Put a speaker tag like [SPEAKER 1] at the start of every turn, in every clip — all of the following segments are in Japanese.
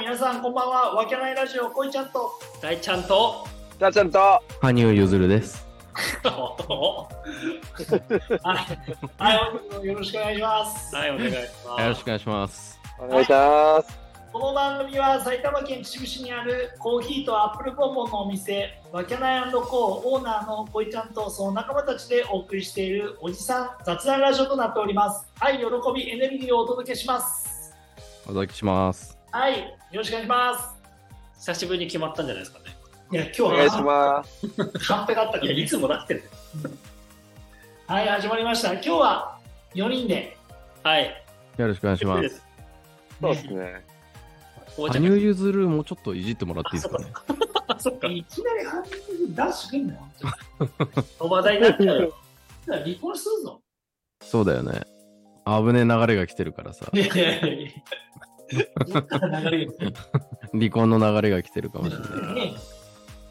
[SPEAKER 1] 皆さんこんばんは。わけないラジオ、こいちゃんと。
[SPEAKER 2] 大ちゃんと
[SPEAKER 3] たちゃんと
[SPEAKER 4] 羽生結弦です。
[SPEAKER 1] はい、はい、本日もよろしくお願いします。
[SPEAKER 2] はい、お願いし
[SPEAKER 4] よろ
[SPEAKER 2] ま
[SPEAKER 4] しく
[SPEAKER 2] す。
[SPEAKER 4] お願いします。
[SPEAKER 3] お願いします。
[SPEAKER 1] この番組は埼玉県秩父市にあるコーヒーとアップルボンボンのお店わけないコーオーナーのこいちゃんとその仲間たちでお送りしているおじさん雑談ラジオとなっておりますはい喜びエネルギーをお届けします
[SPEAKER 4] お届けします。
[SPEAKER 1] はいよろしくお願いしま
[SPEAKER 2] 久しぶりに決まったんじゃないですかね。
[SPEAKER 1] すいや今日
[SPEAKER 3] お願いし
[SPEAKER 1] は
[SPEAKER 3] ます。
[SPEAKER 1] カンペがあったか
[SPEAKER 2] い
[SPEAKER 1] ら
[SPEAKER 2] や、いつもなってる。
[SPEAKER 1] はい始まりました今日は4人で
[SPEAKER 2] はい。
[SPEAKER 4] よろしくお願いします。
[SPEAKER 2] す。
[SPEAKER 3] そうですね。
[SPEAKER 2] お
[SPEAKER 4] 羽
[SPEAKER 2] ちゃん
[SPEAKER 4] 生結弦もちょっといじってもらっていいですかね。
[SPEAKER 2] あ、そっか。
[SPEAKER 1] いきなり半分ダッシュくんなよ
[SPEAKER 2] 話題になっちゃうよ。
[SPEAKER 1] 離婚するぞ
[SPEAKER 4] そうだよね。危ねえ流れが来てるからさ。
[SPEAKER 1] いやいやいや流れる
[SPEAKER 4] 離婚の流れが来てるかもしれない。
[SPEAKER 1] ね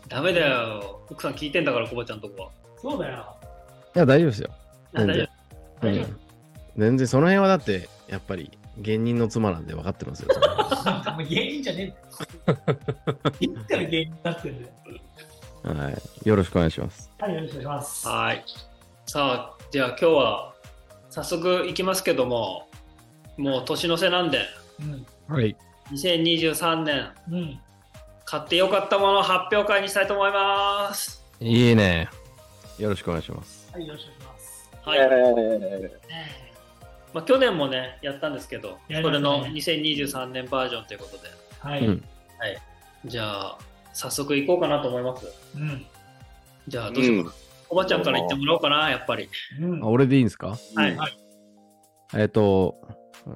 [SPEAKER 2] ダメだよ。奥さん聞いてんだから、コバちゃんとこ
[SPEAKER 1] そうだよ
[SPEAKER 4] いや、大丈夫ですよ。
[SPEAKER 2] は。あ大
[SPEAKER 4] 全
[SPEAKER 2] 丈
[SPEAKER 4] 然
[SPEAKER 2] 夫。。
[SPEAKER 4] う
[SPEAKER 1] 大丈夫
[SPEAKER 4] ん全然その辺はだって、やっぱり芸人の妻なんで分かってますよ。その辺
[SPEAKER 1] なんかもう芸人じゃねえんだよ。いつから芸人になってんだよ。
[SPEAKER 4] はい。よろしくお願いします。
[SPEAKER 1] はい、よろしくお願いします。は
[SPEAKER 2] はい。さあ、じゃあ今日は、早速いきますけども、もう年の瀬なんで、
[SPEAKER 1] い、うん。
[SPEAKER 4] はい。
[SPEAKER 2] 2023年、
[SPEAKER 1] うん。
[SPEAKER 2] 買ってよかったもの発表会にしたいと思います。
[SPEAKER 4] いいね。よろしくお願いします。
[SPEAKER 1] はい、よろしくお願いします。
[SPEAKER 2] はい。まあ、去年もね、やったんですけど、
[SPEAKER 1] やり
[SPEAKER 2] そ
[SPEAKER 1] ましたね
[SPEAKER 2] れの2023年バージョンということで、
[SPEAKER 1] は
[SPEAKER 4] う
[SPEAKER 1] い。うんん。。
[SPEAKER 2] じゃあ、早速行こうかなと思います。
[SPEAKER 1] うん。
[SPEAKER 2] じゃあ、どうしようかな。おばちゃんから言ってもらおうかな、やっぱり。
[SPEAKER 4] あ俺でいいんですか
[SPEAKER 2] は
[SPEAKER 3] はいい。
[SPEAKER 4] えっ、と、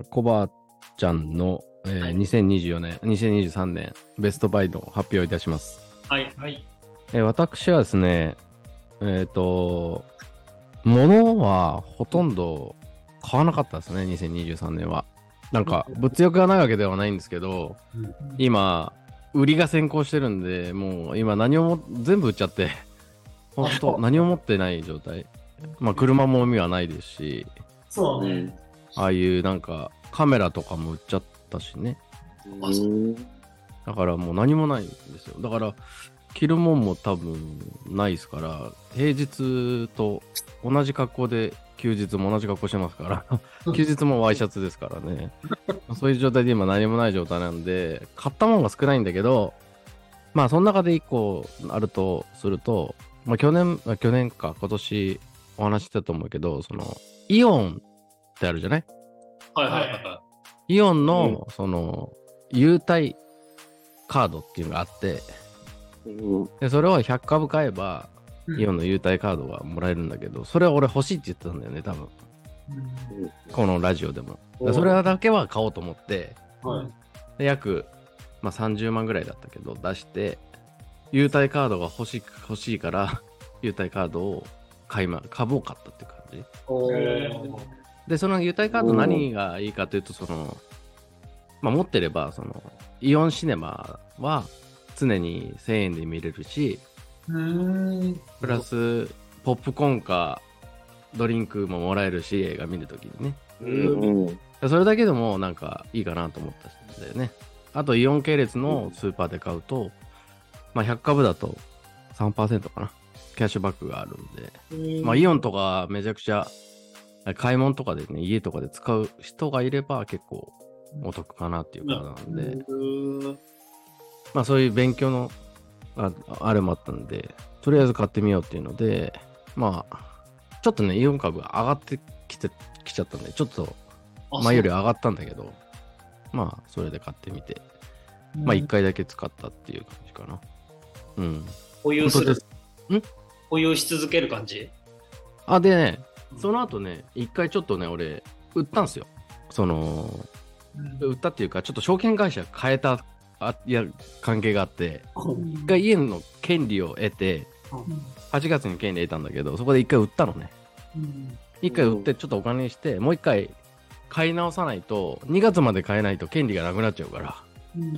[SPEAKER 4] コバちゃんの、えー
[SPEAKER 2] はい
[SPEAKER 4] 2024年、2023年ベストバイの発表をいたします。
[SPEAKER 2] はい。
[SPEAKER 1] はい。
[SPEAKER 4] えー私はですね、えっ、と、物はほとんど買わなかったですね、2023年は。なんか、物欲がないわけではないんですけど、今、売りが先行してるんで、もう今何をも、全部売っちゃって、本
[SPEAKER 1] あそ
[SPEAKER 4] 当
[SPEAKER 1] う
[SPEAKER 4] 何を持ってない状態。まあ、車も海はないですし、
[SPEAKER 1] そう
[SPEAKER 3] う
[SPEAKER 1] ね。
[SPEAKER 3] ん。
[SPEAKER 4] ああいうなんか、カメラとかも売っちゃったしね。
[SPEAKER 2] あそ
[SPEAKER 4] だからもう何もないんですよ。だから、着るもんも多分ないですから、平日と同じ格好で、休日も同じ格好してますから、休日もワイシャツですからね。そういう状態で今何もない状態なんで、買ったもんが少ないんだけど、まあその中で一個あるとすると、まあ去年、あ去年か今年お話ししたと思うけど、その、イオンってあるじゃない
[SPEAKER 2] はいはいはいは
[SPEAKER 4] イオンの、その、優待カードっていうのがあって、
[SPEAKER 3] うん。
[SPEAKER 4] で、それを100株買えば、
[SPEAKER 1] うん
[SPEAKER 4] イオンの優待カードがもらえるんだけど、それは俺欲しいって言ってたんだよね、多分。このラジオでも。だからそれだけは買おうと思って、
[SPEAKER 1] うん。
[SPEAKER 4] で約、まあ、30万ぐらいだったけど、出して、優待カードが欲しい欲しいから、 優待カードを買いま、株を買ったっていう感じ。
[SPEAKER 2] い。
[SPEAKER 1] えー
[SPEAKER 4] で、その優待カード何がいいかというと、その、まあ、持ってれば、その、イオンシネマは常に1000円で見れるし、
[SPEAKER 1] うーん。
[SPEAKER 4] プラス、ポップコーンか、ドリンクももらえるし、映画見るときにね。
[SPEAKER 3] うん。
[SPEAKER 4] それだけでも、なんか、いいかなと思ったんだよね。あと、イオン系列のスーパーで買うと、まあ、100株だと3%かな。キャッシュバックがあるんで。まあ、イオンとかめちゃくちゃ買い物とかでね家とかで使う人がいれば結構お得かなっていうかなんで、まあそういう勉強のああれもあったんでとりあえず買ってみようっていうのでまあちょっとねイオン株が上がってきてきちゃったんでちょっと前より
[SPEAKER 2] あ
[SPEAKER 4] 上がったんだけどまあそれで買ってみてまあ1回だけ使ったっていう感じかなうん
[SPEAKER 2] そう保有する
[SPEAKER 4] 本。当です
[SPEAKER 2] 保有し続ける感じ
[SPEAKER 4] あ、でね、その後ね、一回ちょっとね、俺、売ったんすよ。その、売ったっていうか、ちょっと証券会社変えた、あいや、関係があって、
[SPEAKER 1] 一
[SPEAKER 4] 一回、家の権利を得て、8月に権利得たんだけど、そこで一回売ったのね。
[SPEAKER 1] うん。
[SPEAKER 4] 一回売って、ちょっとお金にして、もう一回買い直さないと、2月まで買えないと権利がなくなっちゃうから、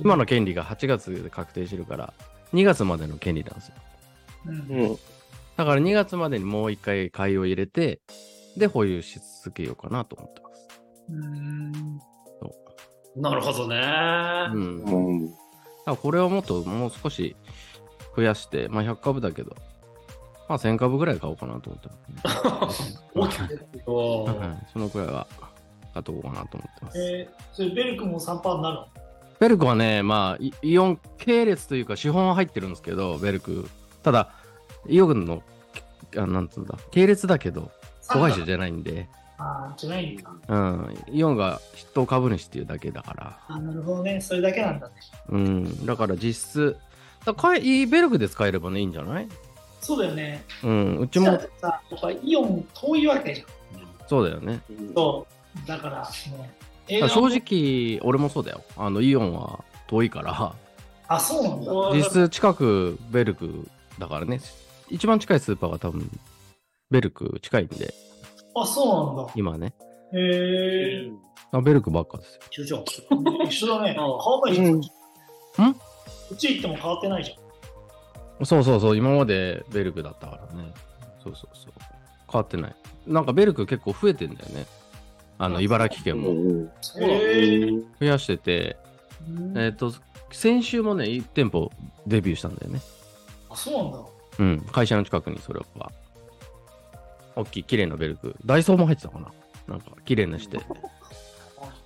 [SPEAKER 4] 今の権利が8月で確定してるから、2月までの権利なんですよ。
[SPEAKER 1] うん。
[SPEAKER 3] うん。
[SPEAKER 4] だから2月までにもう一回買いを入れて、で、保有し続けようかなと思ってます。
[SPEAKER 1] うん。
[SPEAKER 2] なるほどね。
[SPEAKER 4] うん
[SPEAKER 3] うん。
[SPEAKER 4] からこれをもっともう少し増やして、まあ100株だけど、まあ1000株ぐらい買おうかなと思ってます、
[SPEAKER 1] 大きく出てくる
[SPEAKER 2] お
[SPEAKER 4] はいは
[SPEAKER 2] ー
[SPEAKER 4] いそのくらいは買っとこうかなと思ってます。
[SPEAKER 1] えーそれベルクも3パーになるの
[SPEAKER 4] ベルクはね、まあ、イイオン系列というか、資本は入ってるんですけど、ベルク。ただ、イオンの、あなんつうんだ、系列だけど、子会社じゃないんで、
[SPEAKER 1] あーじゃないんだ
[SPEAKER 4] うん、イオンが筆頭株主っていうだけだから。
[SPEAKER 1] あーなるほどねそれだけなんだね
[SPEAKER 4] うん、だから実質、だからかえいベルクで使えればね、いいんじゃない
[SPEAKER 1] そうだよね
[SPEAKER 4] うん、うち
[SPEAKER 1] じゃあ
[SPEAKER 4] も、
[SPEAKER 1] さやっぱイオン遠いわけじゃん
[SPEAKER 4] そうだよね。
[SPEAKER 1] そうだからね映
[SPEAKER 4] だ
[SPEAKER 1] 画
[SPEAKER 4] から
[SPEAKER 1] も
[SPEAKER 4] 正直、俺もそうだよ。あの、イオンは遠いから、
[SPEAKER 1] あそうなんだ
[SPEAKER 2] おー
[SPEAKER 4] 実質近くベルクだからね、一番近いスーパーが多分、ベルク近いんで、
[SPEAKER 1] あそうなんだ
[SPEAKER 4] 今ね。
[SPEAKER 1] へえ
[SPEAKER 4] あベルクばっかですよ。
[SPEAKER 2] 一緒じゃん
[SPEAKER 1] 一緒だね変
[SPEAKER 2] あー
[SPEAKER 1] わんないじゃん
[SPEAKER 3] うん
[SPEAKER 1] こっち行っても変わってないじゃん
[SPEAKER 4] そうそうそう、今までベルクだったからね。そうそうそう。変わってない。なんかベルク結構増えてんだよね。あの、茨城県も。
[SPEAKER 2] うなんだ
[SPEAKER 1] へー
[SPEAKER 4] 増やしてて、えっ、と、先週もね、1店舗デビューしたんだよね。
[SPEAKER 1] あそうなんだ
[SPEAKER 4] うん、会社の近くにそれは。大きい、綺麗なベルク。ダイソーも入ってたかな。なんか、綺麗なして。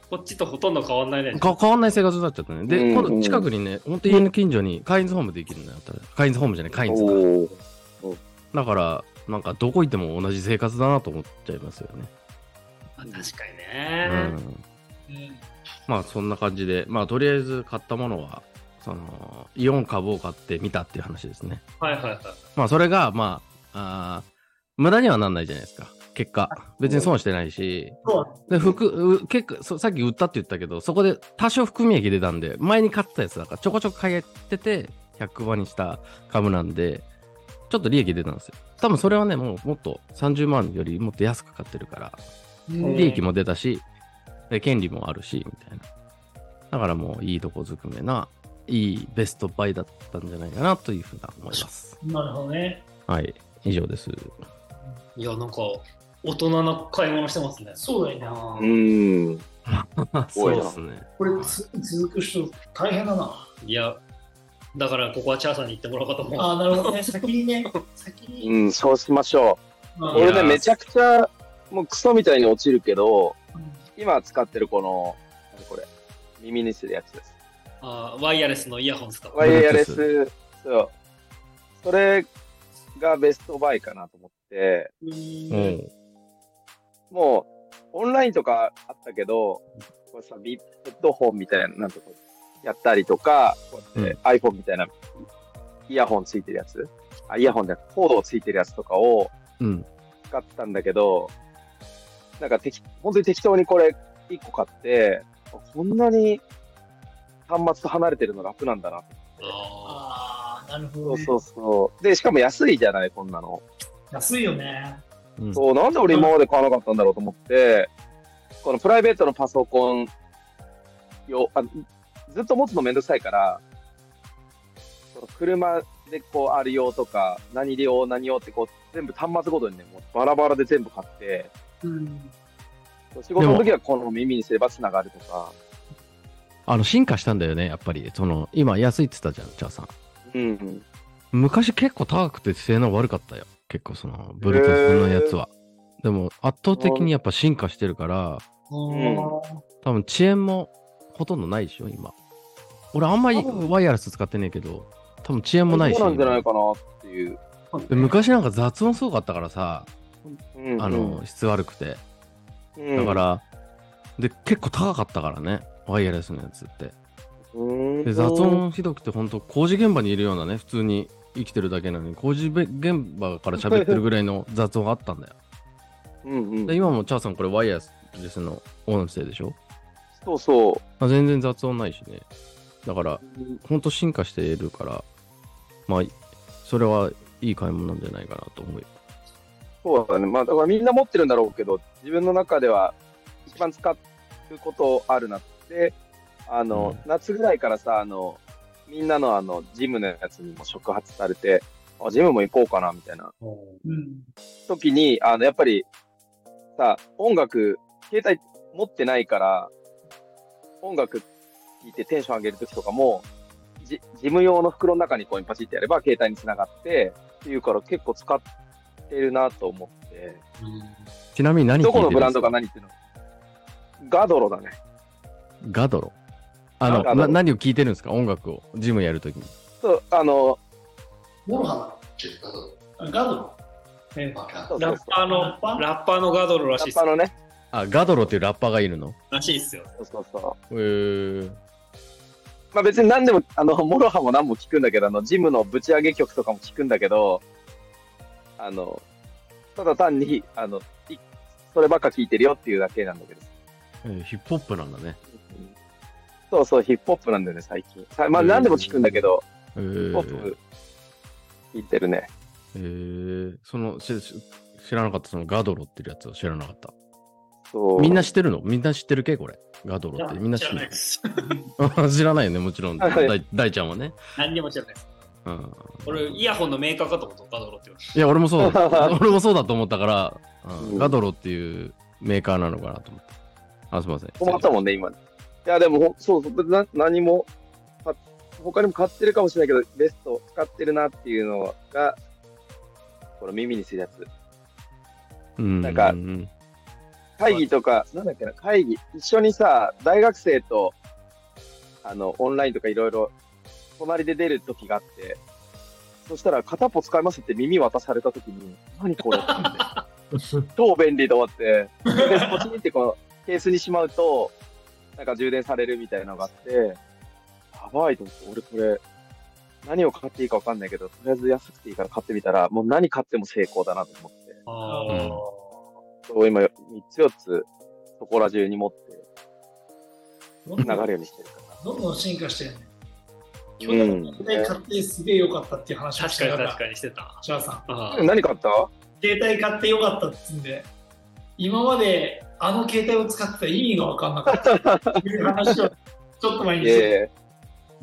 [SPEAKER 2] こっちとほとんど変わんないね。
[SPEAKER 4] か変わんない生活になっちゃったね。
[SPEAKER 3] うんう
[SPEAKER 4] で、
[SPEAKER 3] ん
[SPEAKER 4] 今度近くにね、ほんと家の近所にカインズホームできるのよ。カインズホームじゃない、カインズか。
[SPEAKER 3] おー
[SPEAKER 4] だから、なんかどこ行っても同じ生活だなと思っちゃいますよね。
[SPEAKER 2] まあ確かにね。
[SPEAKER 4] うん。
[SPEAKER 1] うん
[SPEAKER 4] まあそんな感じで、まあとりあえず買ったものは、そのイオン株を買ってみたっていう話ですね。
[SPEAKER 2] はいはいはい。
[SPEAKER 4] まあそれが、まあ、あー無駄にはなんないじゃないですか。結果。別に損してないし。
[SPEAKER 1] そうだね
[SPEAKER 4] で、含う結果そさっき売ったって言ったけど、そこで多少含み益出たんで、前に買ってたやつだから、ちょこちょこ買えてて、100倍にした株なんで、ちょっと利益出たんですよ。多分それはね、もうもっと30万よりもっと安く買ってるから、
[SPEAKER 1] うん
[SPEAKER 4] 利益も出たし、で権利もあるし、みたいな。だからもういいとこずくめな、いいベストバイだったんじゃないかなというふうな思います。
[SPEAKER 1] なるほどね
[SPEAKER 4] はい、以上です。
[SPEAKER 2] いや、なんか、大人な買い物してますね。
[SPEAKER 1] そうだよね
[SPEAKER 2] あ
[SPEAKER 3] う
[SPEAKER 2] ー
[SPEAKER 3] ん。
[SPEAKER 4] そ
[SPEAKER 3] そうう
[SPEAKER 4] で
[SPEAKER 3] ですす
[SPEAKER 4] ね。
[SPEAKER 1] これつ続く人大変だない
[SPEAKER 2] や、だからここはチャーさんに行ってもらおうかと思う。
[SPEAKER 1] あーなるほどね 先にね先に
[SPEAKER 3] うん、そうしましょ
[SPEAKER 1] ま
[SPEAKER 3] う。
[SPEAKER 1] あ
[SPEAKER 2] いや
[SPEAKER 3] 俺ね、めちゃくちゃ、もうクソみたいに落ちるけど、
[SPEAKER 1] うん
[SPEAKER 3] 今使ってるこの、何これ、耳にするやつです。
[SPEAKER 2] あーワイヤレスのイヤホンですか。
[SPEAKER 3] ワイヤレ
[SPEAKER 4] Bluetooth
[SPEAKER 3] ス、そう。それがベストバイかなと思って、
[SPEAKER 4] お
[SPEAKER 1] うん
[SPEAKER 4] う
[SPEAKER 3] もう、オンラインとかあったけど、こうさ、ビヘッドホンみたいな、なんてこうやったりとか、こうやって iPhone みたいな、イヤホンついてるやつ、あ、イヤホンじゃなくてコードをついてるやつとかを
[SPEAKER 4] うん。
[SPEAKER 3] 使ってたんだけど、なんか適、本当に適当にこれ1個買って、あこんなに端末と離れてるの楽なんだなって。
[SPEAKER 2] あ
[SPEAKER 1] ああなる
[SPEAKER 3] そ
[SPEAKER 1] ほど
[SPEAKER 3] う
[SPEAKER 1] ね
[SPEAKER 3] そうそう。で、しかも安いじゃない、こんなの。
[SPEAKER 1] 安いよね
[SPEAKER 4] うん
[SPEAKER 3] そう、なんで俺今まで買わなかったんだろうと思って、このプライベートのパソコンよあ、ずっと持つのめんどくさいから、その車でこうある用とか、何用何用ってこう全部端末ごとにね、もうバラバラで全部買って、
[SPEAKER 1] うん
[SPEAKER 3] 仕事の時はこの耳にすれば繋がるとか、
[SPEAKER 4] あの、進化したんだよね、やっぱり。その、今安いって言ったじゃん、チャーさん。
[SPEAKER 3] うん。
[SPEAKER 4] 昔結構高くて性能悪かったよ。結構その、ブルートゥースのやつは。でも、圧倒的にやっぱ進化してるから、
[SPEAKER 3] ん
[SPEAKER 4] 多分遅延もほとんどないでしょ、今。俺あんまり
[SPEAKER 3] 多分
[SPEAKER 4] ワイヤレス使ってねえけど、多分遅延もないし。
[SPEAKER 3] そうなんじゃないかなっていう。
[SPEAKER 4] で昔なんか雑音すごかったからさ、
[SPEAKER 3] うん
[SPEAKER 4] あの、、質悪くて。
[SPEAKER 3] うん
[SPEAKER 4] だか、ら、で、結構高かったからね、ワイヤレスのやつって。
[SPEAKER 3] うん
[SPEAKER 4] で、雑音ひどくて、本当工事現場にいるようなね、普通に生きてるだけなのに、工事べ現場から喋ってるぐらいの雑音があったんだよ。
[SPEAKER 3] うんう
[SPEAKER 4] で、
[SPEAKER 3] ん。
[SPEAKER 4] 今もチャーさん、これワイヤレスのオンせいでしょ、
[SPEAKER 3] そうそ
[SPEAKER 4] まあ、全然雑音ないしね。だから
[SPEAKER 3] う、。うん
[SPEAKER 4] 本当進化しているから、まあ、それはいい買い物なんじゃないかなと思うよ。
[SPEAKER 3] そうだね。まあ、だからみんな持ってるんだろうけど、自分の中では一番使うことあるなって、あの、夏ぐらいからさ、あの、みんなのあの、ジムのやつにも触発されて、あ、ジムも行こうかな、みたいな
[SPEAKER 2] ー
[SPEAKER 1] うん
[SPEAKER 3] 時に、あの、やっぱり、さ、音楽、携帯持ってないから、音楽聴いてテンション上げる時とかも、じ事務用の袋の中にコインパチってやれば携帯につながってっていうから結構使ってるなと思って、
[SPEAKER 4] ちなみに何聞い
[SPEAKER 3] ど
[SPEAKER 4] て
[SPEAKER 3] こ
[SPEAKER 4] る
[SPEAKER 3] の
[SPEAKER 4] ん
[SPEAKER 3] ブ
[SPEAKER 4] で
[SPEAKER 3] ラン
[SPEAKER 4] す
[SPEAKER 3] ド
[SPEAKER 4] か
[SPEAKER 3] が何っていうのガドロだね。
[SPEAKER 4] ガドロ。あの
[SPEAKER 3] あガドロ
[SPEAKER 4] な、何を聞いてるんですか音楽を。ジムやるときに。
[SPEAKER 3] そう、あの、
[SPEAKER 5] モロハのってガドロ
[SPEAKER 1] ガドロ
[SPEAKER 5] メンバーが
[SPEAKER 3] そうそ
[SPEAKER 2] ラ
[SPEAKER 3] う
[SPEAKER 2] ッパーの
[SPEAKER 1] ラッパー
[SPEAKER 2] ラッパーのガードルら
[SPEAKER 3] ラ
[SPEAKER 2] しいっ
[SPEAKER 3] ッ
[SPEAKER 2] す
[SPEAKER 3] パのね。
[SPEAKER 4] あ、ガドロっていうラッパーがいるの
[SPEAKER 2] らしいっすよ。
[SPEAKER 3] そうそうそう。
[SPEAKER 4] えー、
[SPEAKER 3] まあ別に何でも、あの、モロハも何も聞くんだけど、あの、ジムのぶち上げ曲とかも聞くんだけど、あの、ただ単に、あの、いそればっか聞いてるよっていうだけなんだけど。
[SPEAKER 4] えーヒップホップなんだね。
[SPEAKER 3] そうそう、ヒップホップなんだよね、最近。さまあ
[SPEAKER 4] うん
[SPEAKER 3] 何でも聞くんだけど、ヒ
[SPEAKER 4] え
[SPEAKER 3] ップ
[SPEAKER 4] ー
[SPEAKER 3] ホップ聞いてるね。
[SPEAKER 4] えーそのしし知らなかった、そのガドロっていうやつを知らなかった。
[SPEAKER 3] そう。
[SPEAKER 4] みんな知ってるのみんな知ってるけこれ。ガドロって。みんな
[SPEAKER 2] 知
[SPEAKER 4] 知っ
[SPEAKER 2] ら
[SPEAKER 4] て
[SPEAKER 2] ない
[SPEAKER 4] る
[SPEAKER 2] で。す。
[SPEAKER 4] 知らないよね、もちろん。
[SPEAKER 3] はいはい
[SPEAKER 4] 大大ちゃんはね。
[SPEAKER 2] 何にも知らないです。
[SPEAKER 4] うん、
[SPEAKER 2] 俺、イヤホンのメーカーかと思った、ガードルって言われて。
[SPEAKER 4] いや、俺もそうだ。俺もそうだと思ったから、うん
[SPEAKER 3] うん
[SPEAKER 4] ガドロっていうメーカーなのかなと思って。あ、すみません。
[SPEAKER 3] 困ったもんね、今。いや、でもほ、そうそう、な何も、まあ他にも買ってるかもしれないけど、ベスト使ってるなっていうのが、この耳にするやつ。
[SPEAKER 4] うん
[SPEAKER 3] なんか
[SPEAKER 4] ううん
[SPEAKER 3] 会議とか、なんだっけな、会議、一緒にさ、大学生と、あの、オンラインとかいろいろ、隣で出る時があって、そしたら、片っぽ使いますって耳渡された時に、何これって思って超便利と思って、で、ポチンってこのケースにしまうと、なんか充電されるみたいなのがあって、やばいと思って、俺これ、何を買っていいかわかんないけど、とりあえず安くていいから買ってみたら、もう何買っても成功だなと思って。
[SPEAKER 2] あ
[SPEAKER 4] ー
[SPEAKER 3] そう、今、3つ4つ、そこら中に持って、
[SPEAKER 1] ど
[SPEAKER 3] 流
[SPEAKER 1] んどん
[SPEAKER 3] れるようにしてるか
[SPEAKER 1] どんどん進化してるね。去
[SPEAKER 3] ら。う
[SPEAKER 1] 年
[SPEAKER 3] ん。
[SPEAKER 1] で買ってすげえ良かったっていう話をし
[SPEAKER 2] 確
[SPEAKER 1] て
[SPEAKER 2] か
[SPEAKER 1] な
[SPEAKER 2] に
[SPEAKER 1] かっ
[SPEAKER 2] 確
[SPEAKER 1] た。
[SPEAKER 2] かにしてた。
[SPEAKER 1] シャアさん。
[SPEAKER 2] あ
[SPEAKER 3] 何買った
[SPEAKER 1] 携帯買ってよかったっつうんで今まであの携帯を使ってた意味が分かんなかったっていう話をちょっと前にして
[SPEAKER 3] え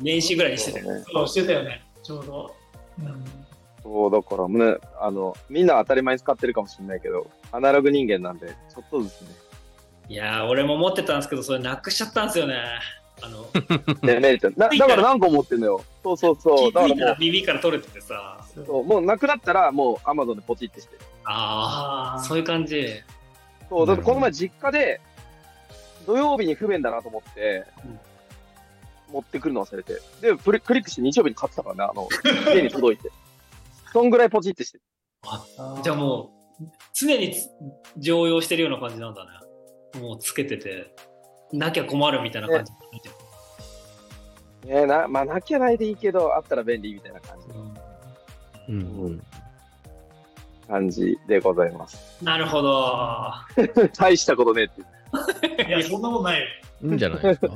[SPEAKER 2] ー年始ぐらい
[SPEAKER 3] え
[SPEAKER 2] にしてたよ。
[SPEAKER 3] そうね。
[SPEAKER 1] そうしてたよねちょうど、うん、
[SPEAKER 3] そう、だからね、あの、みんな当たり前に使ってるかもしれないけど、アナログ人間なんで、ちょっとずつね、
[SPEAKER 2] いやー、俺も持ってたんですけど、それなくしちゃったんですよね。あの、
[SPEAKER 3] デメリット。な
[SPEAKER 2] つい
[SPEAKER 3] だ
[SPEAKER 2] た
[SPEAKER 3] からら何個持ってんのよ。そうそうそう。だか
[SPEAKER 2] 気づいた
[SPEAKER 3] らもう
[SPEAKER 2] ら耳から取れててさ。
[SPEAKER 3] そう、もうなくなったら、もうアマゾンでポチってしてる。
[SPEAKER 2] ああ、そういう感じ。
[SPEAKER 3] そう、だってこの
[SPEAKER 4] な
[SPEAKER 3] 前実家で、土曜日に不便だなと思って、持ってくるの忘れて。で、プリクリックして日曜日に買ってたからね、あの、家に届いて。そんぐらいポチってしてる。
[SPEAKER 2] じゃあもう、常につ常用してるような感じなんだね。もうつけてて、なきゃ困るみたいな感じ。
[SPEAKER 3] ねえな、まあ、なきゃないでいいけど、あったら便利みたいな感じ
[SPEAKER 2] うん
[SPEAKER 4] うんうん
[SPEAKER 3] 感じでございます。
[SPEAKER 2] なるほど。
[SPEAKER 3] 大したことねえって。
[SPEAKER 1] いやそんなことないよ、
[SPEAKER 4] いいんじゃないですか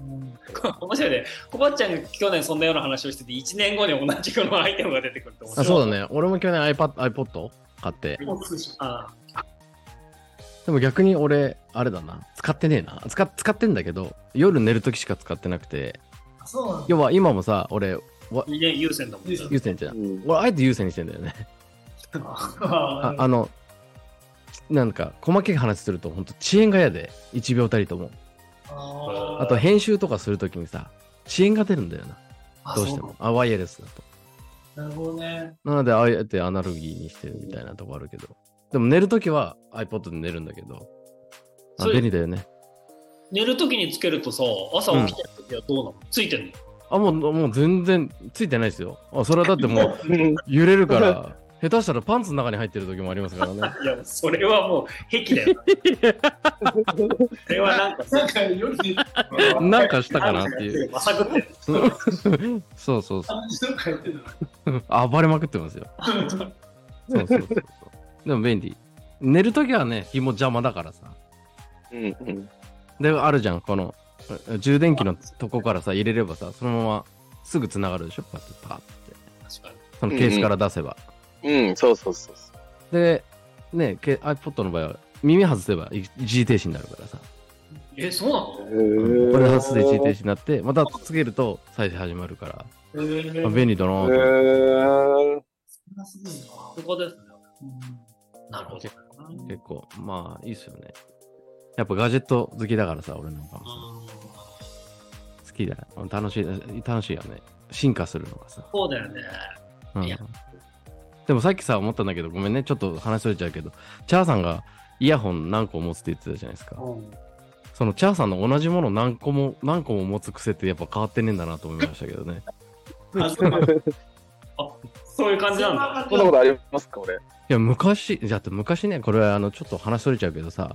[SPEAKER 1] うん
[SPEAKER 2] 面白いね。コバちゃんが去年そんなような話をしてて、1年後に同じこのアイテムが出てくるって面白
[SPEAKER 4] あ
[SPEAKER 2] い。
[SPEAKER 4] そう
[SPEAKER 2] ね。
[SPEAKER 4] だね。俺も去年 iPad、iPod 買って。
[SPEAKER 1] もうすぐし
[SPEAKER 2] あ
[SPEAKER 4] でも逆に俺、あれだな。使ってねえな。使っ使ってんだけど、夜寝るときしか使ってなくて。
[SPEAKER 1] あそうなんだ
[SPEAKER 4] 要は今もさ、俺、
[SPEAKER 2] 2年優先だもんね。
[SPEAKER 1] 優先
[SPEAKER 4] 優先じゃん。
[SPEAKER 3] うん
[SPEAKER 4] 俺、あえて優先にしてんだよね。ああの、なんか、細けい話すると、ほんと遅延が嫌で、1秒たりとも。
[SPEAKER 1] あ
[SPEAKER 4] あと、編集とかするときにさ、遅延が出るんだよな。
[SPEAKER 1] あ
[SPEAKER 4] どうしても。あ、ワイヤレスだと。
[SPEAKER 1] そうなるほどね
[SPEAKER 4] なので、ああえてアナロギーにしてるみたいなとこあるけど。でも寝るときは iPod で寝るんだけど。あ、
[SPEAKER 2] そう
[SPEAKER 4] 便利だよね。
[SPEAKER 2] 寝るときにつけるとさ、朝起きてるときはどうなの、ついてんの
[SPEAKER 4] あ、もう、もう全然ついてないですよ。あ、それはだっ てもう揺れるから、下手したらパンツの中に入ってる時もありますからね。
[SPEAKER 2] いや、それはもう、癖 だよな。それはなんか、
[SPEAKER 1] なんか夜に
[SPEAKER 4] なんかしたかなっていう。
[SPEAKER 2] まさぐってる。
[SPEAKER 4] そうそうそ
[SPEAKER 1] 感じとかやってる
[SPEAKER 4] う。暴れまくってますよ。そうそうそうそう。でも便利。寝るときはね、紐邪魔だからさ。
[SPEAKER 3] うんうん。
[SPEAKER 4] で、あるじゃん、このえ充電器のとこからさ、入れればさ、そのまますぐ繋がるでしょ、こうやってパーって。
[SPEAKER 2] 確かに。
[SPEAKER 4] そのケースから出せば。
[SPEAKER 3] うん、そうそうそうそ
[SPEAKER 4] で、ね、け iPod の場合は耳外せばい一時停止になるからさ。
[SPEAKER 2] え、そうなの
[SPEAKER 3] う。
[SPEAKER 4] これ外すで一時停
[SPEAKER 3] へ
[SPEAKER 4] 止になって、またつけると再生始まるから、
[SPEAKER 1] えー
[SPEAKER 4] あ便利だな
[SPEAKER 3] え
[SPEAKER 4] ぁ
[SPEAKER 3] ー。
[SPEAKER 1] そんなすごいな
[SPEAKER 2] そこですね。
[SPEAKER 1] う
[SPEAKER 2] なるほどな。
[SPEAKER 4] と結構、まあいいっすよね。やっぱガジェット好きだからさ、俺なんかもさ
[SPEAKER 2] うん
[SPEAKER 4] 好ききだよ。楽しい、楽しいよね。進化するのがさ。
[SPEAKER 2] そうだよね。
[SPEAKER 4] うん
[SPEAKER 2] いや
[SPEAKER 4] でもさっきさ、思ったんだけど、ごめんね、ちょっと話それちゃうけど、チャーさんがイヤホン何個持つって言ってたじゃないですか。
[SPEAKER 2] うん
[SPEAKER 4] そのチャーさんの同じもの何個も、何個も持つ癖ってやっぱ変わってねえんだなと思いましたけどね。
[SPEAKER 2] あそうなんだあそういう感じなんだ。
[SPEAKER 3] そんなことありますか、俺。
[SPEAKER 4] いや、昔、だって昔ね、これはあの、ちょっと話それちゃうけどさ、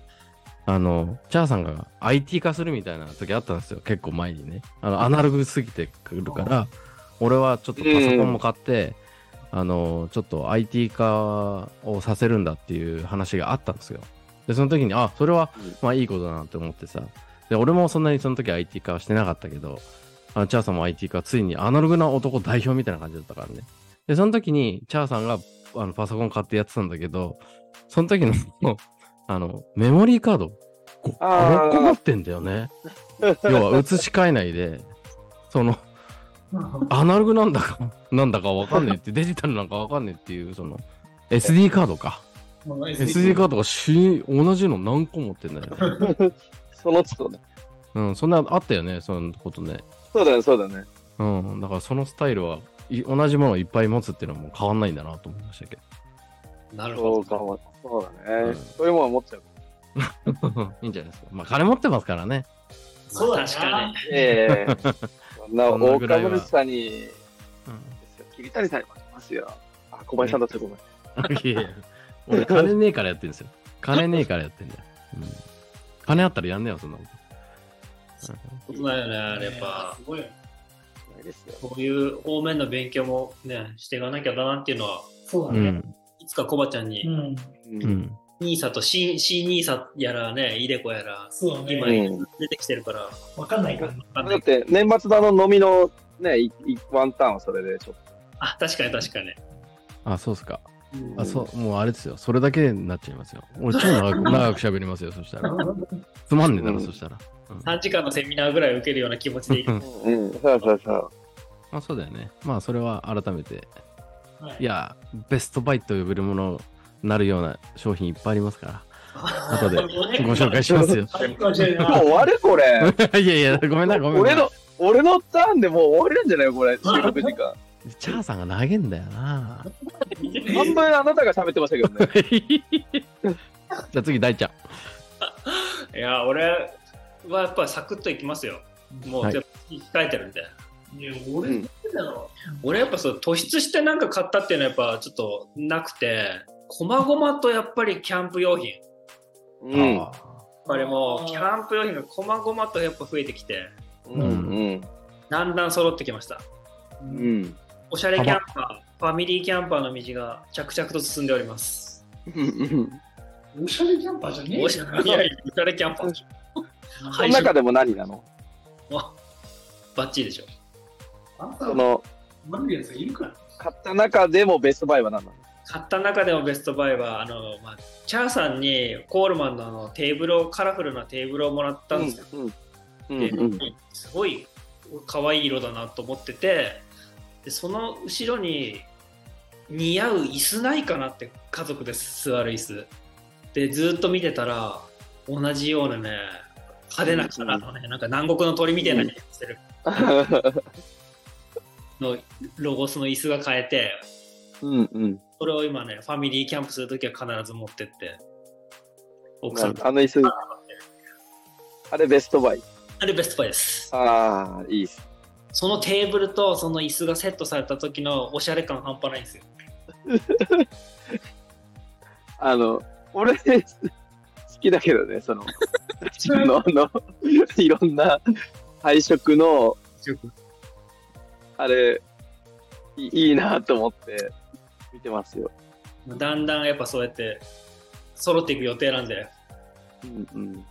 [SPEAKER 4] あの、チャーさんが IT 化するみたいな時あったんですよ、結構前にね。あの、アナログすぎてくるから、俺はちょっとパソコンも買って、あの、ちょっと IT 化をさせるんだっていう話があったんですよ。で、その時に、あ、それは
[SPEAKER 3] うん、
[SPEAKER 4] まあいいことだなって思ってさ、で、俺もそんなにその時 IT 化はしてなかったけど、あの、チャーさんも IT 化、ついにアナログな男代表みたいな感じだったからね。で、その時に、チャーさんがあのパソコン買ってやってたんだけど、その時のあのメモリーカード5
[SPEAKER 3] あー
[SPEAKER 4] 個持ってんだよね。要は移し替えないで、そのアナログなんだか、なんだかわかんねえって、デジタルなんかわかんねえっていう、その SD カードか。SD カードがし同じの何個持ってんだよ、ね。
[SPEAKER 3] その都度ね。
[SPEAKER 4] うん、そんなあったよね、そのことね。
[SPEAKER 3] そうだね、そうだね。
[SPEAKER 4] うん、だからそのスタイルはい同じものをいっぱい持つっていうのはもう変わんないんだなと思いましたけ
[SPEAKER 2] なる
[SPEAKER 3] そ
[SPEAKER 2] ほ
[SPEAKER 3] うか
[SPEAKER 2] ど。
[SPEAKER 3] も。そうだね。
[SPEAKER 4] うん
[SPEAKER 3] そういうものは持っちゃう。
[SPEAKER 4] ど。 いいんじゃないですか。まあ金持ってますからね。
[SPEAKER 1] そうだな
[SPEAKER 2] 確かに。
[SPEAKER 3] ええそんな
[SPEAKER 4] そんな
[SPEAKER 3] 大
[SPEAKER 4] ぐらいは
[SPEAKER 3] 株主さんに、です
[SPEAKER 4] うん
[SPEAKER 3] よ桐谷さんに負けますよ。あ、小林さんだったごめん。
[SPEAKER 4] いやいや 俺金ねえからやってるんですよ。金ねえからやってんだよ。うん、金あったらやんねえよ、そんなこと。
[SPEAKER 2] そうだよね。あれやっぱ
[SPEAKER 1] す、ごいよね
[SPEAKER 3] ないですよ。
[SPEAKER 2] こういう方面の勉強もね、していかなきゃだなっていうのは、
[SPEAKER 1] そう
[SPEAKER 4] う
[SPEAKER 1] だね。
[SPEAKER 4] ん。
[SPEAKER 2] いつかコバちゃん
[SPEAKER 1] う
[SPEAKER 2] に、
[SPEAKER 1] ん。
[SPEAKER 3] うん
[SPEAKER 4] うん。
[SPEAKER 2] ニーサと新新ニーサやらね、イデコやら、
[SPEAKER 1] そうだ
[SPEAKER 2] 今
[SPEAKER 1] ね。
[SPEAKER 3] うん
[SPEAKER 2] 出てきてるから、
[SPEAKER 1] わかんないから。
[SPEAKER 2] あ
[SPEAKER 3] だって、年末のあの飲みのね、いいワンタンはそれでちょっ
[SPEAKER 2] あ確かに確かに。
[SPEAKER 4] あ、そうっすか。
[SPEAKER 3] と。
[SPEAKER 4] あ、そう、もうあれですよ。それだけになっちゃいますよ。俺、超長く長く喋りますよ、そしたら。つまんねえだろ、
[SPEAKER 3] うん
[SPEAKER 4] そしたら。うん
[SPEAKER 2] 3時間のセミナーぐらい受けるような気持ちでいい。
[SPEAKER 3] うん、そうそうそう。
[SPEAKER 4] まあ、そうだよね。まあ、それは改めて。
[SPEAKER 1] はい
[SPEAKER 4] いや、ベストバイと呼べるものになるような商品いっぱいあります から。後でご紹介しま すよ。
[SPEAKER 1] はいこちら
[SPEAKER 3] もう終わるこれ。
[SPEAKER 4] いやいや、ごめんな、ごめん
[SPEAKER 3] 俺
[SPEAKER 4] な
[SPEAKER 3] の。、俺のターンでもう終わりなんじゃないこれ、収録時間。
[SPEAKER 4] チャーさんが投げんだよな。
[SPEAKER 3] 半分あなたが喋ってましたけどね。
[SPEAKER 4] じゃあ次、大ちゃん。
[SPEAKER 2] いや、俺はやっぱりサクッといきますよ。もう、
[SPEAKER 4] はい
[SPEAKER 2] 全部控えてるんで。
[SPEAKER 1] いや俺
[SPEAKER 3] うん
[SPEAKER 1] だろ
[SPEAKER 2] 俺やっぱそう突出してなんか買ったっていうのはやっぱちょっとなくて、こまごまとやっぱりキャンプ用品。や
[SPEAKER 3] うん。
[SPEAKER 4] あ
[SPEAKER 2] っぱりも
[SPEAKER 1] あ
[SPEAKER 2] う
[SPEAKER 1] ー
[SPEAKER 2] キャンプ用品がこまごまとやっぱ増えてきて、
[SPEAKER 3] うん。
[SPEAKER 2] だんだん揃ってきました。
[SPEAKER 1] う
[SPEAKER 3] うんん。
[SPEAKER 2] おしゃれキャンパー、ファミリーキャンパーの道が着々と進んでおります。
[SPEAKER 3] うん。
[SPEAKER 1] おしゃれキャンパーじゃねえ
[SPEAKER 2] おし
[SPEAKER 1] じゃ
[SPEAKER 2] ゃ
[SPEAKER 1] ん
[SPEAKER 2] れいやいやおしゃれキャンパー。
[SPEAKER 3] そ
[SPEAKER 2] は
[SPEAKER 3] の
[SPEAKER 2] い、
[SPEAKER 3] 中でも何なの
[SPEAKER 2] バッチリでしょ。
[SPEAKER 1] あんた
[SPEAKER 3] そ
[SPEAKER 1] は
[SPEAKER 3] の、
[SPEAKER 1] 悪いやつがいるから。
[SPEAKER 3] 買った中でもベストバイは何なの
[SPEAKER 2] 買った中でもベストバイはあの、まあ、チャーさんにコールマンのあのテーブルをカラフルなテーブルをもらったんですよ、
[SPEAKER 3] うん。うん。
[SPEAKER 2] で
[SPEAKER 3] うん。
[SPEAKER 2] すごい可愛い色だなと思っててでその後ろに似合う椅子ないかなって家族で座る椅子でずっと見てたら同じようなね派手なカラーのね、なんか南国の鳥みたいな色してるのロゴスの椅子が変えて
[SPEAKER 3] うん。うん。
[SPEAKER 2] それを今ねファミリーキャンプするときは必ず持ってって奥さんと
[SPEAKER 3] あの椅子。あれベストバイ。
[SPEAKER 2] あれベストバイです
[SPEAKER 3] ああ、いいっす。
[SPEAKER 2] そのテーブルとその椅子がセットされた時のおしゃれ感半端ないんですよ
[SPEAKER 3] あの、俺、好きだけどね、その、自分の、あの、いろんな配色の、あれ、いいいなと思って見てますよ。
[SPEAKER 2] だんだんやっぱそうやって揃っていく予定なんで
[SPEAKER 3] うんうん。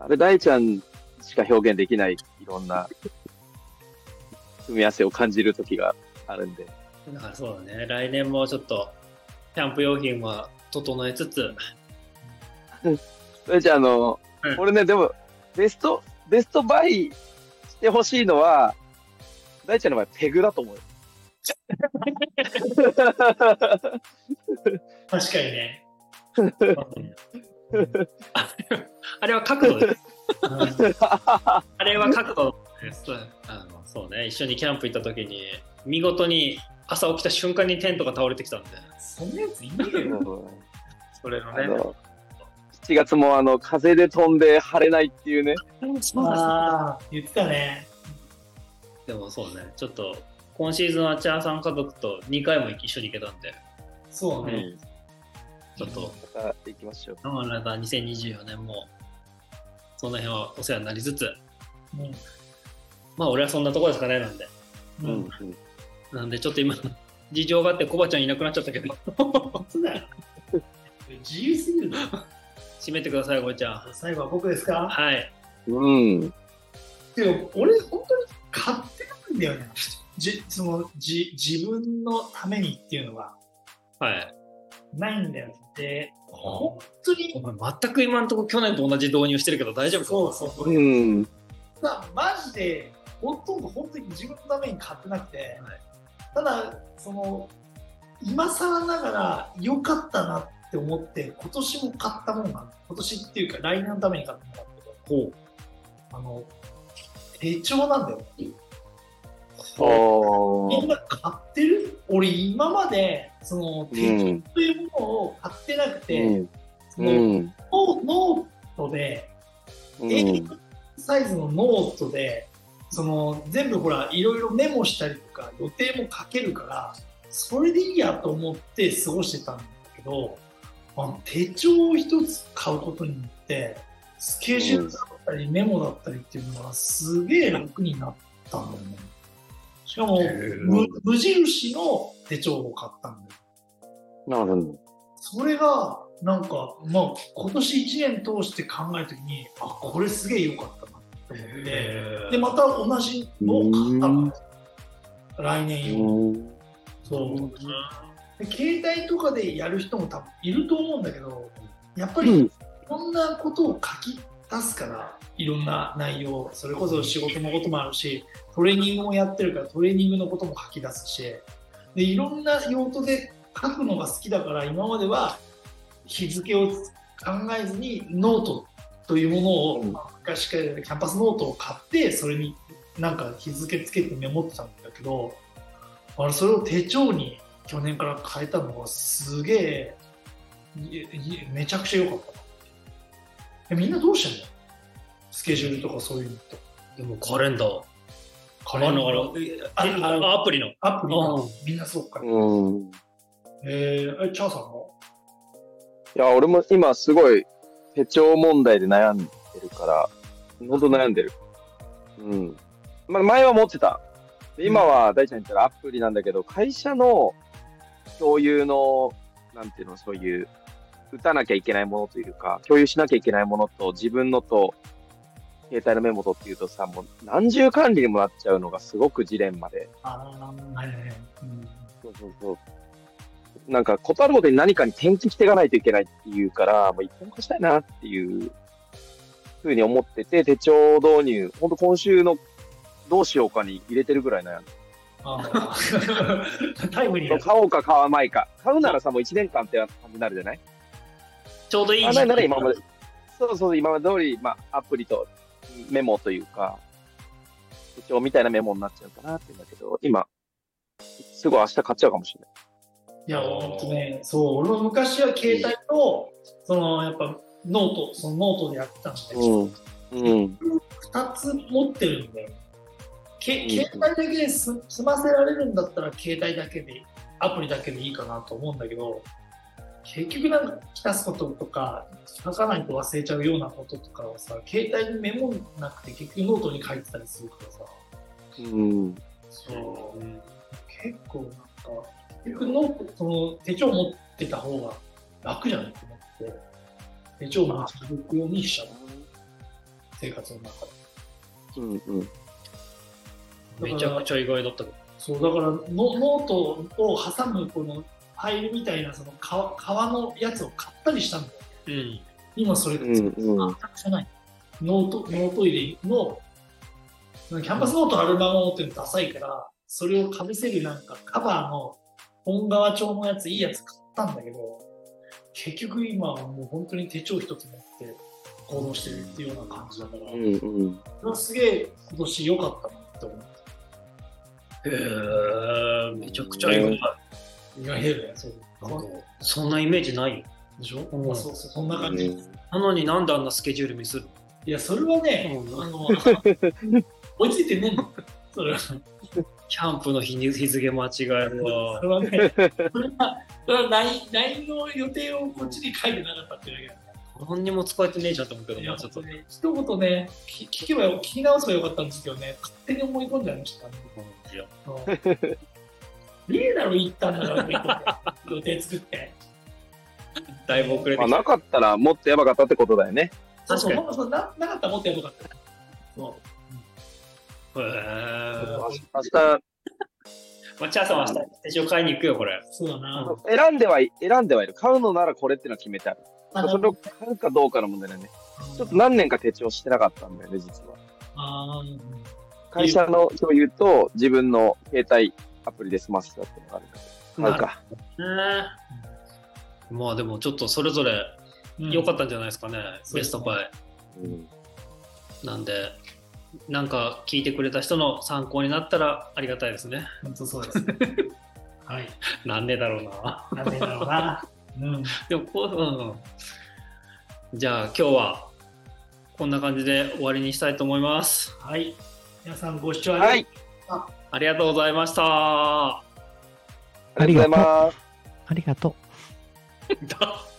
[SPEAKER 3] あれ、大ちゃんしか表現できない、いろんな、組み合わせを感じる時があるんで。
[SPEAKER 2] だからそうだね来年もちょっとキャンプ用品は整えつつ
[SPEAKER 3] それじゃあ、あの、
[SPEAKER 2] うん
[SPEAKER 3] 俺ね、でも、ベスト、ベストバイしてほしいのは、大ちゃんの場合、ペグだと思 うよ。
[SPEAKER 1] 確かにね。
[SPEAKER 2] あれは角度です
[SPEAKER 1] うん
[SPEAKER 2] あれは角度そうあのそうね、一緒にキャンプ行った時に、見事に朝起きた瞬間にテントが倒れてきたんで、
[SPEAKER 1] そんなやついねえよ。
[SPEAKER 2] それの
[SPEAKER 3] あ
[SPEAKER 2] ね、
[SPEAKER 3] の7月もあの風で飛んで晴れないっていうね、
[SPEAKER 1] ああ、言ってたね。
[SPEAKER 2] でもそうね、ちょっと今シーズンはチャーさん家族と2回も一緒に行けたんで、
[SPEAKER 1] そうね。
[SPEAKER 2] ちょっと、
[SPEAKER 3] また行きましょう。
[SPEAKER 2] なので2024年も、その辺はお世話になりつつ、まあ俺はそんなところですかね、なんで。
[SPEAKER 1] うん。うん。
[SPEAKER 2] なんでちょっと今、 事情があってコバちゃんいなくなっちゃったけど、
[SPEAKER 1] 本当だよ。自由すぎるな。
[SPEAKER 2] 閉めてください、コバちゃん。
[SPEAKER 1] 最後は僕ですか
[SPEAKER 2] はい。
[SPEAKER 3] うん。
[SPEAKER 1] でも俺本当に買ってないんだよねじそのじ自分のためにっていうのは
[SPEAKER 2] はい。
[SPEAKER 1] ないんだよで本当に
[SPEAKER 2] お前、全く今のところ去年と同じ導入してるけど大丈夫か
[SPEAKER 1] そうそう
[SPEAKER 3] う
[SPEAKER 1] 俺
[SPEAKER 3] ん。
[SPEAKER 1] さマジでほとんど本当に自分のために買ってなくて、
[SPEAKER 2] はい
[SPEAKER 1] ただその今更ながら良かったなって思って今年も買ったものが今年っていうか来年のために買ったものなんだけど
[SPEAKER 2] ほう。
[SPEAKER 1] あの手帳なんだよ
[SPEAKER 3] お
[SPEAKER 1] みん
[SPEAKER 3] ー
[SPEAKER 1] な買ってる俺今までその
[SPEAKER 3] う
[SPEAKER 1] 手帳
[SPEAKER 3] ん。
[SPEAKER 1] というものを買ってなくて、
[SPEAKER 3] うん。
[SPEAKER 1] そうの
[SPEAKER 3] ん。
[SPEAKER 1] ノートで、
[SPEAKER 3] うん。
[SPEAKER 1] A4 サイズのノートでその全部ほらいろいろメモしたりとか予定も書けるからそれでいいやと思って過ごしてたんだけどあの手帳を一つ買うことによってスケジュールだったりメモだったりっていうのがすげえ楽になったんだよね。しかも
[SPEAKER 2] へー
[SPEAKER 1] 無無印の手帳を買ったんだよ。
[SPEAKER 3] なるほど。
[SPEAKER 1] それがなんか、まあ、今年1年通して考えた時にあこれすげえ良かったなって思ってでまた同じのを買ったの来年用
[SPEAKER 3] うん
[SPEAKER 1] そうで携帯とかでやる人も多分いると思うんだけどやっぱ
[SPEAKER 3] う
[SPEAKER 1] りい
[SPEAKER 3] ん
[SPEAKER 1] ろんなことを書き出すからいろんな内容それこそ仕事のこともあるしトレーニングもやってるからトレーニングのことも書き出すしでいろんな用途で書くのが好きだから今までは日付を考えずにノートというものを
[SPEAKER 3] うん
[SPEAKER 1] 昔からキャンパスノートを買ってそれになんか日付つけてメモってたんだけどあれそれを手帳に去年から変えたのがすげえいいめちゃくちゃ良かったなえみんなどうしてんのスケジュールとかそういうのって
[SPEAKER 2] でもカレンダー。
[SPEAKER 1] カ
[SPEAKER 2] あ
[SPEAKER 1] レンダ
[SPEAKER 2] の、あ
[SPEAKER 1] ー
[SPEAKER 2] のえ
[SPEAKER 1] ああ
[SPEAKER 2] あアプリの。
[SPEAKER 1] アプリか
[SPEAKER 2] うん
[SPEAKER 1] みんなそうか、
[SPEAKER 3] うん。
[SPEAKER 1] えー、えチャーさんも
[SPEAKER 3] いや、俺も今すごい手帳問題で悩んでるから、本当悩んでる。うん。まあ、前は持ってた。で今は大ちゃん言ったらアプリなんだけど、会社の共有の、なんていうの、そういう、打たなきゃいけないものというか、共有しなきゃいけないものと、自分のと、携帯のメモとっていうとさ、もう何重管理にもなっちゃうのがすごくジレンマで。
[SPEAKER 1] あーはいはいはい、うん
[SPEAKER 3] そうそうそう。なんか、ことあるごとに何かに転機していかないといけないっていうから、もう一本化したいなっていうふうに思ってて、手帳導入、ほんと今週のどうしようかに入れてるぐらい悩んで
[SPEAKER 1] あー タイムリー
[SPEAKER 3] る。
[SPEAKER 1] だ
[SPEAKER 3] 買おうか買わないか。買うならさ、もう1年間って感じになるじゃない
[SPEAKER 2] ちょうどいい
[SPEAKER 3] あ、
[SPEAKER 2] 時
[SPEAKER 3] な
[SPEAKER 2] 期
[SPEAKER 3] なら今まで、そうそう、今まで通り、まあ、アプリとメモというか、手帳みたいなメモになっちゃうかなっていうんだけど、今、すぐ明日買っちゃうかもしれない。
[SPEAKER 1] いやほんとねそう俺も昔は携帯とそのやっぱノートそのノートでやってたんで、
[SPEAKER 3] うん。うん。
[SPEAKER 1] 2つ持ってるんだよけ
[SPEAKER 3] うん
[SPEAKER 1] 携帯だけで済済ませられるんだったら携帯だけでアプリだけでいいかなと思うんだけど結局なんか来すこととか書かないと忘れちゃうようなこととかをさ携帯にメモなくて結局ノートに書いてたりするからさ
[SPEAKER 3] うん。
[SPEAKER 1] そう結構なんか結局ノートその手帳持ってた方が楽じゃないと思って手帳を持ち歩くようにしちゃう生活の中で。
[SPEAKER 3] うんうん。
[SPEAKER 2] めちゃくちゃ意外だったけど。
[SPEAKER 1] そうだからノノートを挟むこのファイルみたいなその革革のやつを買ったりしたんだよ
[SPEAKER 2] うん。
[SPEAKER 1] 今それが
[SPEAKER 3] うんうん。
[SPEAKER 1] 全くないノートノート入れのキャンパスノートアルバム持ってるのダサいからそれをかぶせるなんかカバーの本革調のやついいやつ買ったんだけど結局今はもう本当に手帳一つ持って行動してるっていうような感じだから、
[SPEAKER 3] うんうん。
[SPEAKER 1] それはすげえ今年良かったなって思う。
[SPEAKER 2] へえ、めちゃくちゃ意外。
[SPEAKER 1] 意外だよね、そう。
[SPEAKER 5] なんか、
[SPEAKER 2] そんなイメージないよ。
[SPEAKER 1] でしょ、
[SPEAKER 2] うん
[SPEAKER 1] まあ、そうそう、そんな感じ。
[SPEAKER 3] うん
[SPEAKER 2] なのになんであんなスケジュールミスる
[SPEAKER 1] いや、それはね、
[SPEAKER 2] うん
[SPEAKER 1] あの、追いついてねえの。それは、そ
[SPEAKER 2] キャンプの日に日付間違えるわ。
[SPEAKER 1] れはね、それは、それは LINE LINE の予定をこっちに書いてなかったっていうだけ
[SPEAKER 2] 何にも使えてねえじゃんと思うけ
[SPEAKER 1] だ
[SPEAKER 2] ど、
[SPEAKER 1] い
[SPEAKER 2] ま
[SPEAKER 1] や、
[SPEAKER 2] あ
[SPEAKER 1] ち
[SPEAKER 2] ち
[SPEAKER 1] ょっと
[SPEAKER 2] ょっと。
[SPEAKER 1] ね、一言ね、き聞けばよ、聞き直せばよかったんですけどね、勝手に思い込んじゃいましたね。うんねえだろ、言ったんだから、予定作って。
[SPEAKER 2] だいぶ遅れて
[SPEAKER 3] まあ、
[SPEAKER 2] きた。
[SPEAKER 3] なかったらもっとやばかったってことだよね。
[SPEAKER 1] そうそう、ほ
[SPEAKER 2] 確かに
[SPEAKER 1] んとそうななかったらもっとやばかった。そう
[SPEAKER 2] へえ。
[SPEAKER 3] 明日、
[SPEAKER 2] まあ、チャーさんは明日、手帳買いに行くよ、これ。
[SPEAKER 1] そうだな。
[SPEAKER 3] 選んではい、選んではいる。買うのならこれっていうのは決めてある。
[SPEAKER 1] まあ
[SPEAKER 3] それを買うかどうかの問題だよね。ちょっと
[SPEAKER 1] な
[SPEAKER 3] 何年か手帳してなかったんだよね、実は。
[SPEAKER 1] あーうん
[SPEAKER 3] 会社の共有と自分の携帯アプリで済ますよってのがあるから。買うか。
[SPEAKER 2] うんまあでもちょっとそれぞれ
[SPEAKER 1] うん
[SPEAKER 2] 良かったんじゃないですかね、ベストバイ。
[SPEAKER 3] うん
[SPEAKER 2] なんで、なんか聞いてくれた人の参考になったらありがたいですね。
[SPEAKER 1] 本当そうですね。はい。
[SPEAKER 2] なんでだろうな。
[SPEAKER 1] なんでだろうな。うん。
[SPEAKER 2] でもこう、うん。じゃあ今日はこんな感じで終わりにしたいと思います。
[SPEAKER 1] はい。皆さんご視聴あ
[SPEAKER 3] は
[SPEAKER 1] り
[SPEAKER 3] い。
[SPEAKER 2] ありがとうございました。
[SPEAKER 3] ありがとうございます。
[SPEAKER 6] ありがとう。
[SPEAKER 2] だ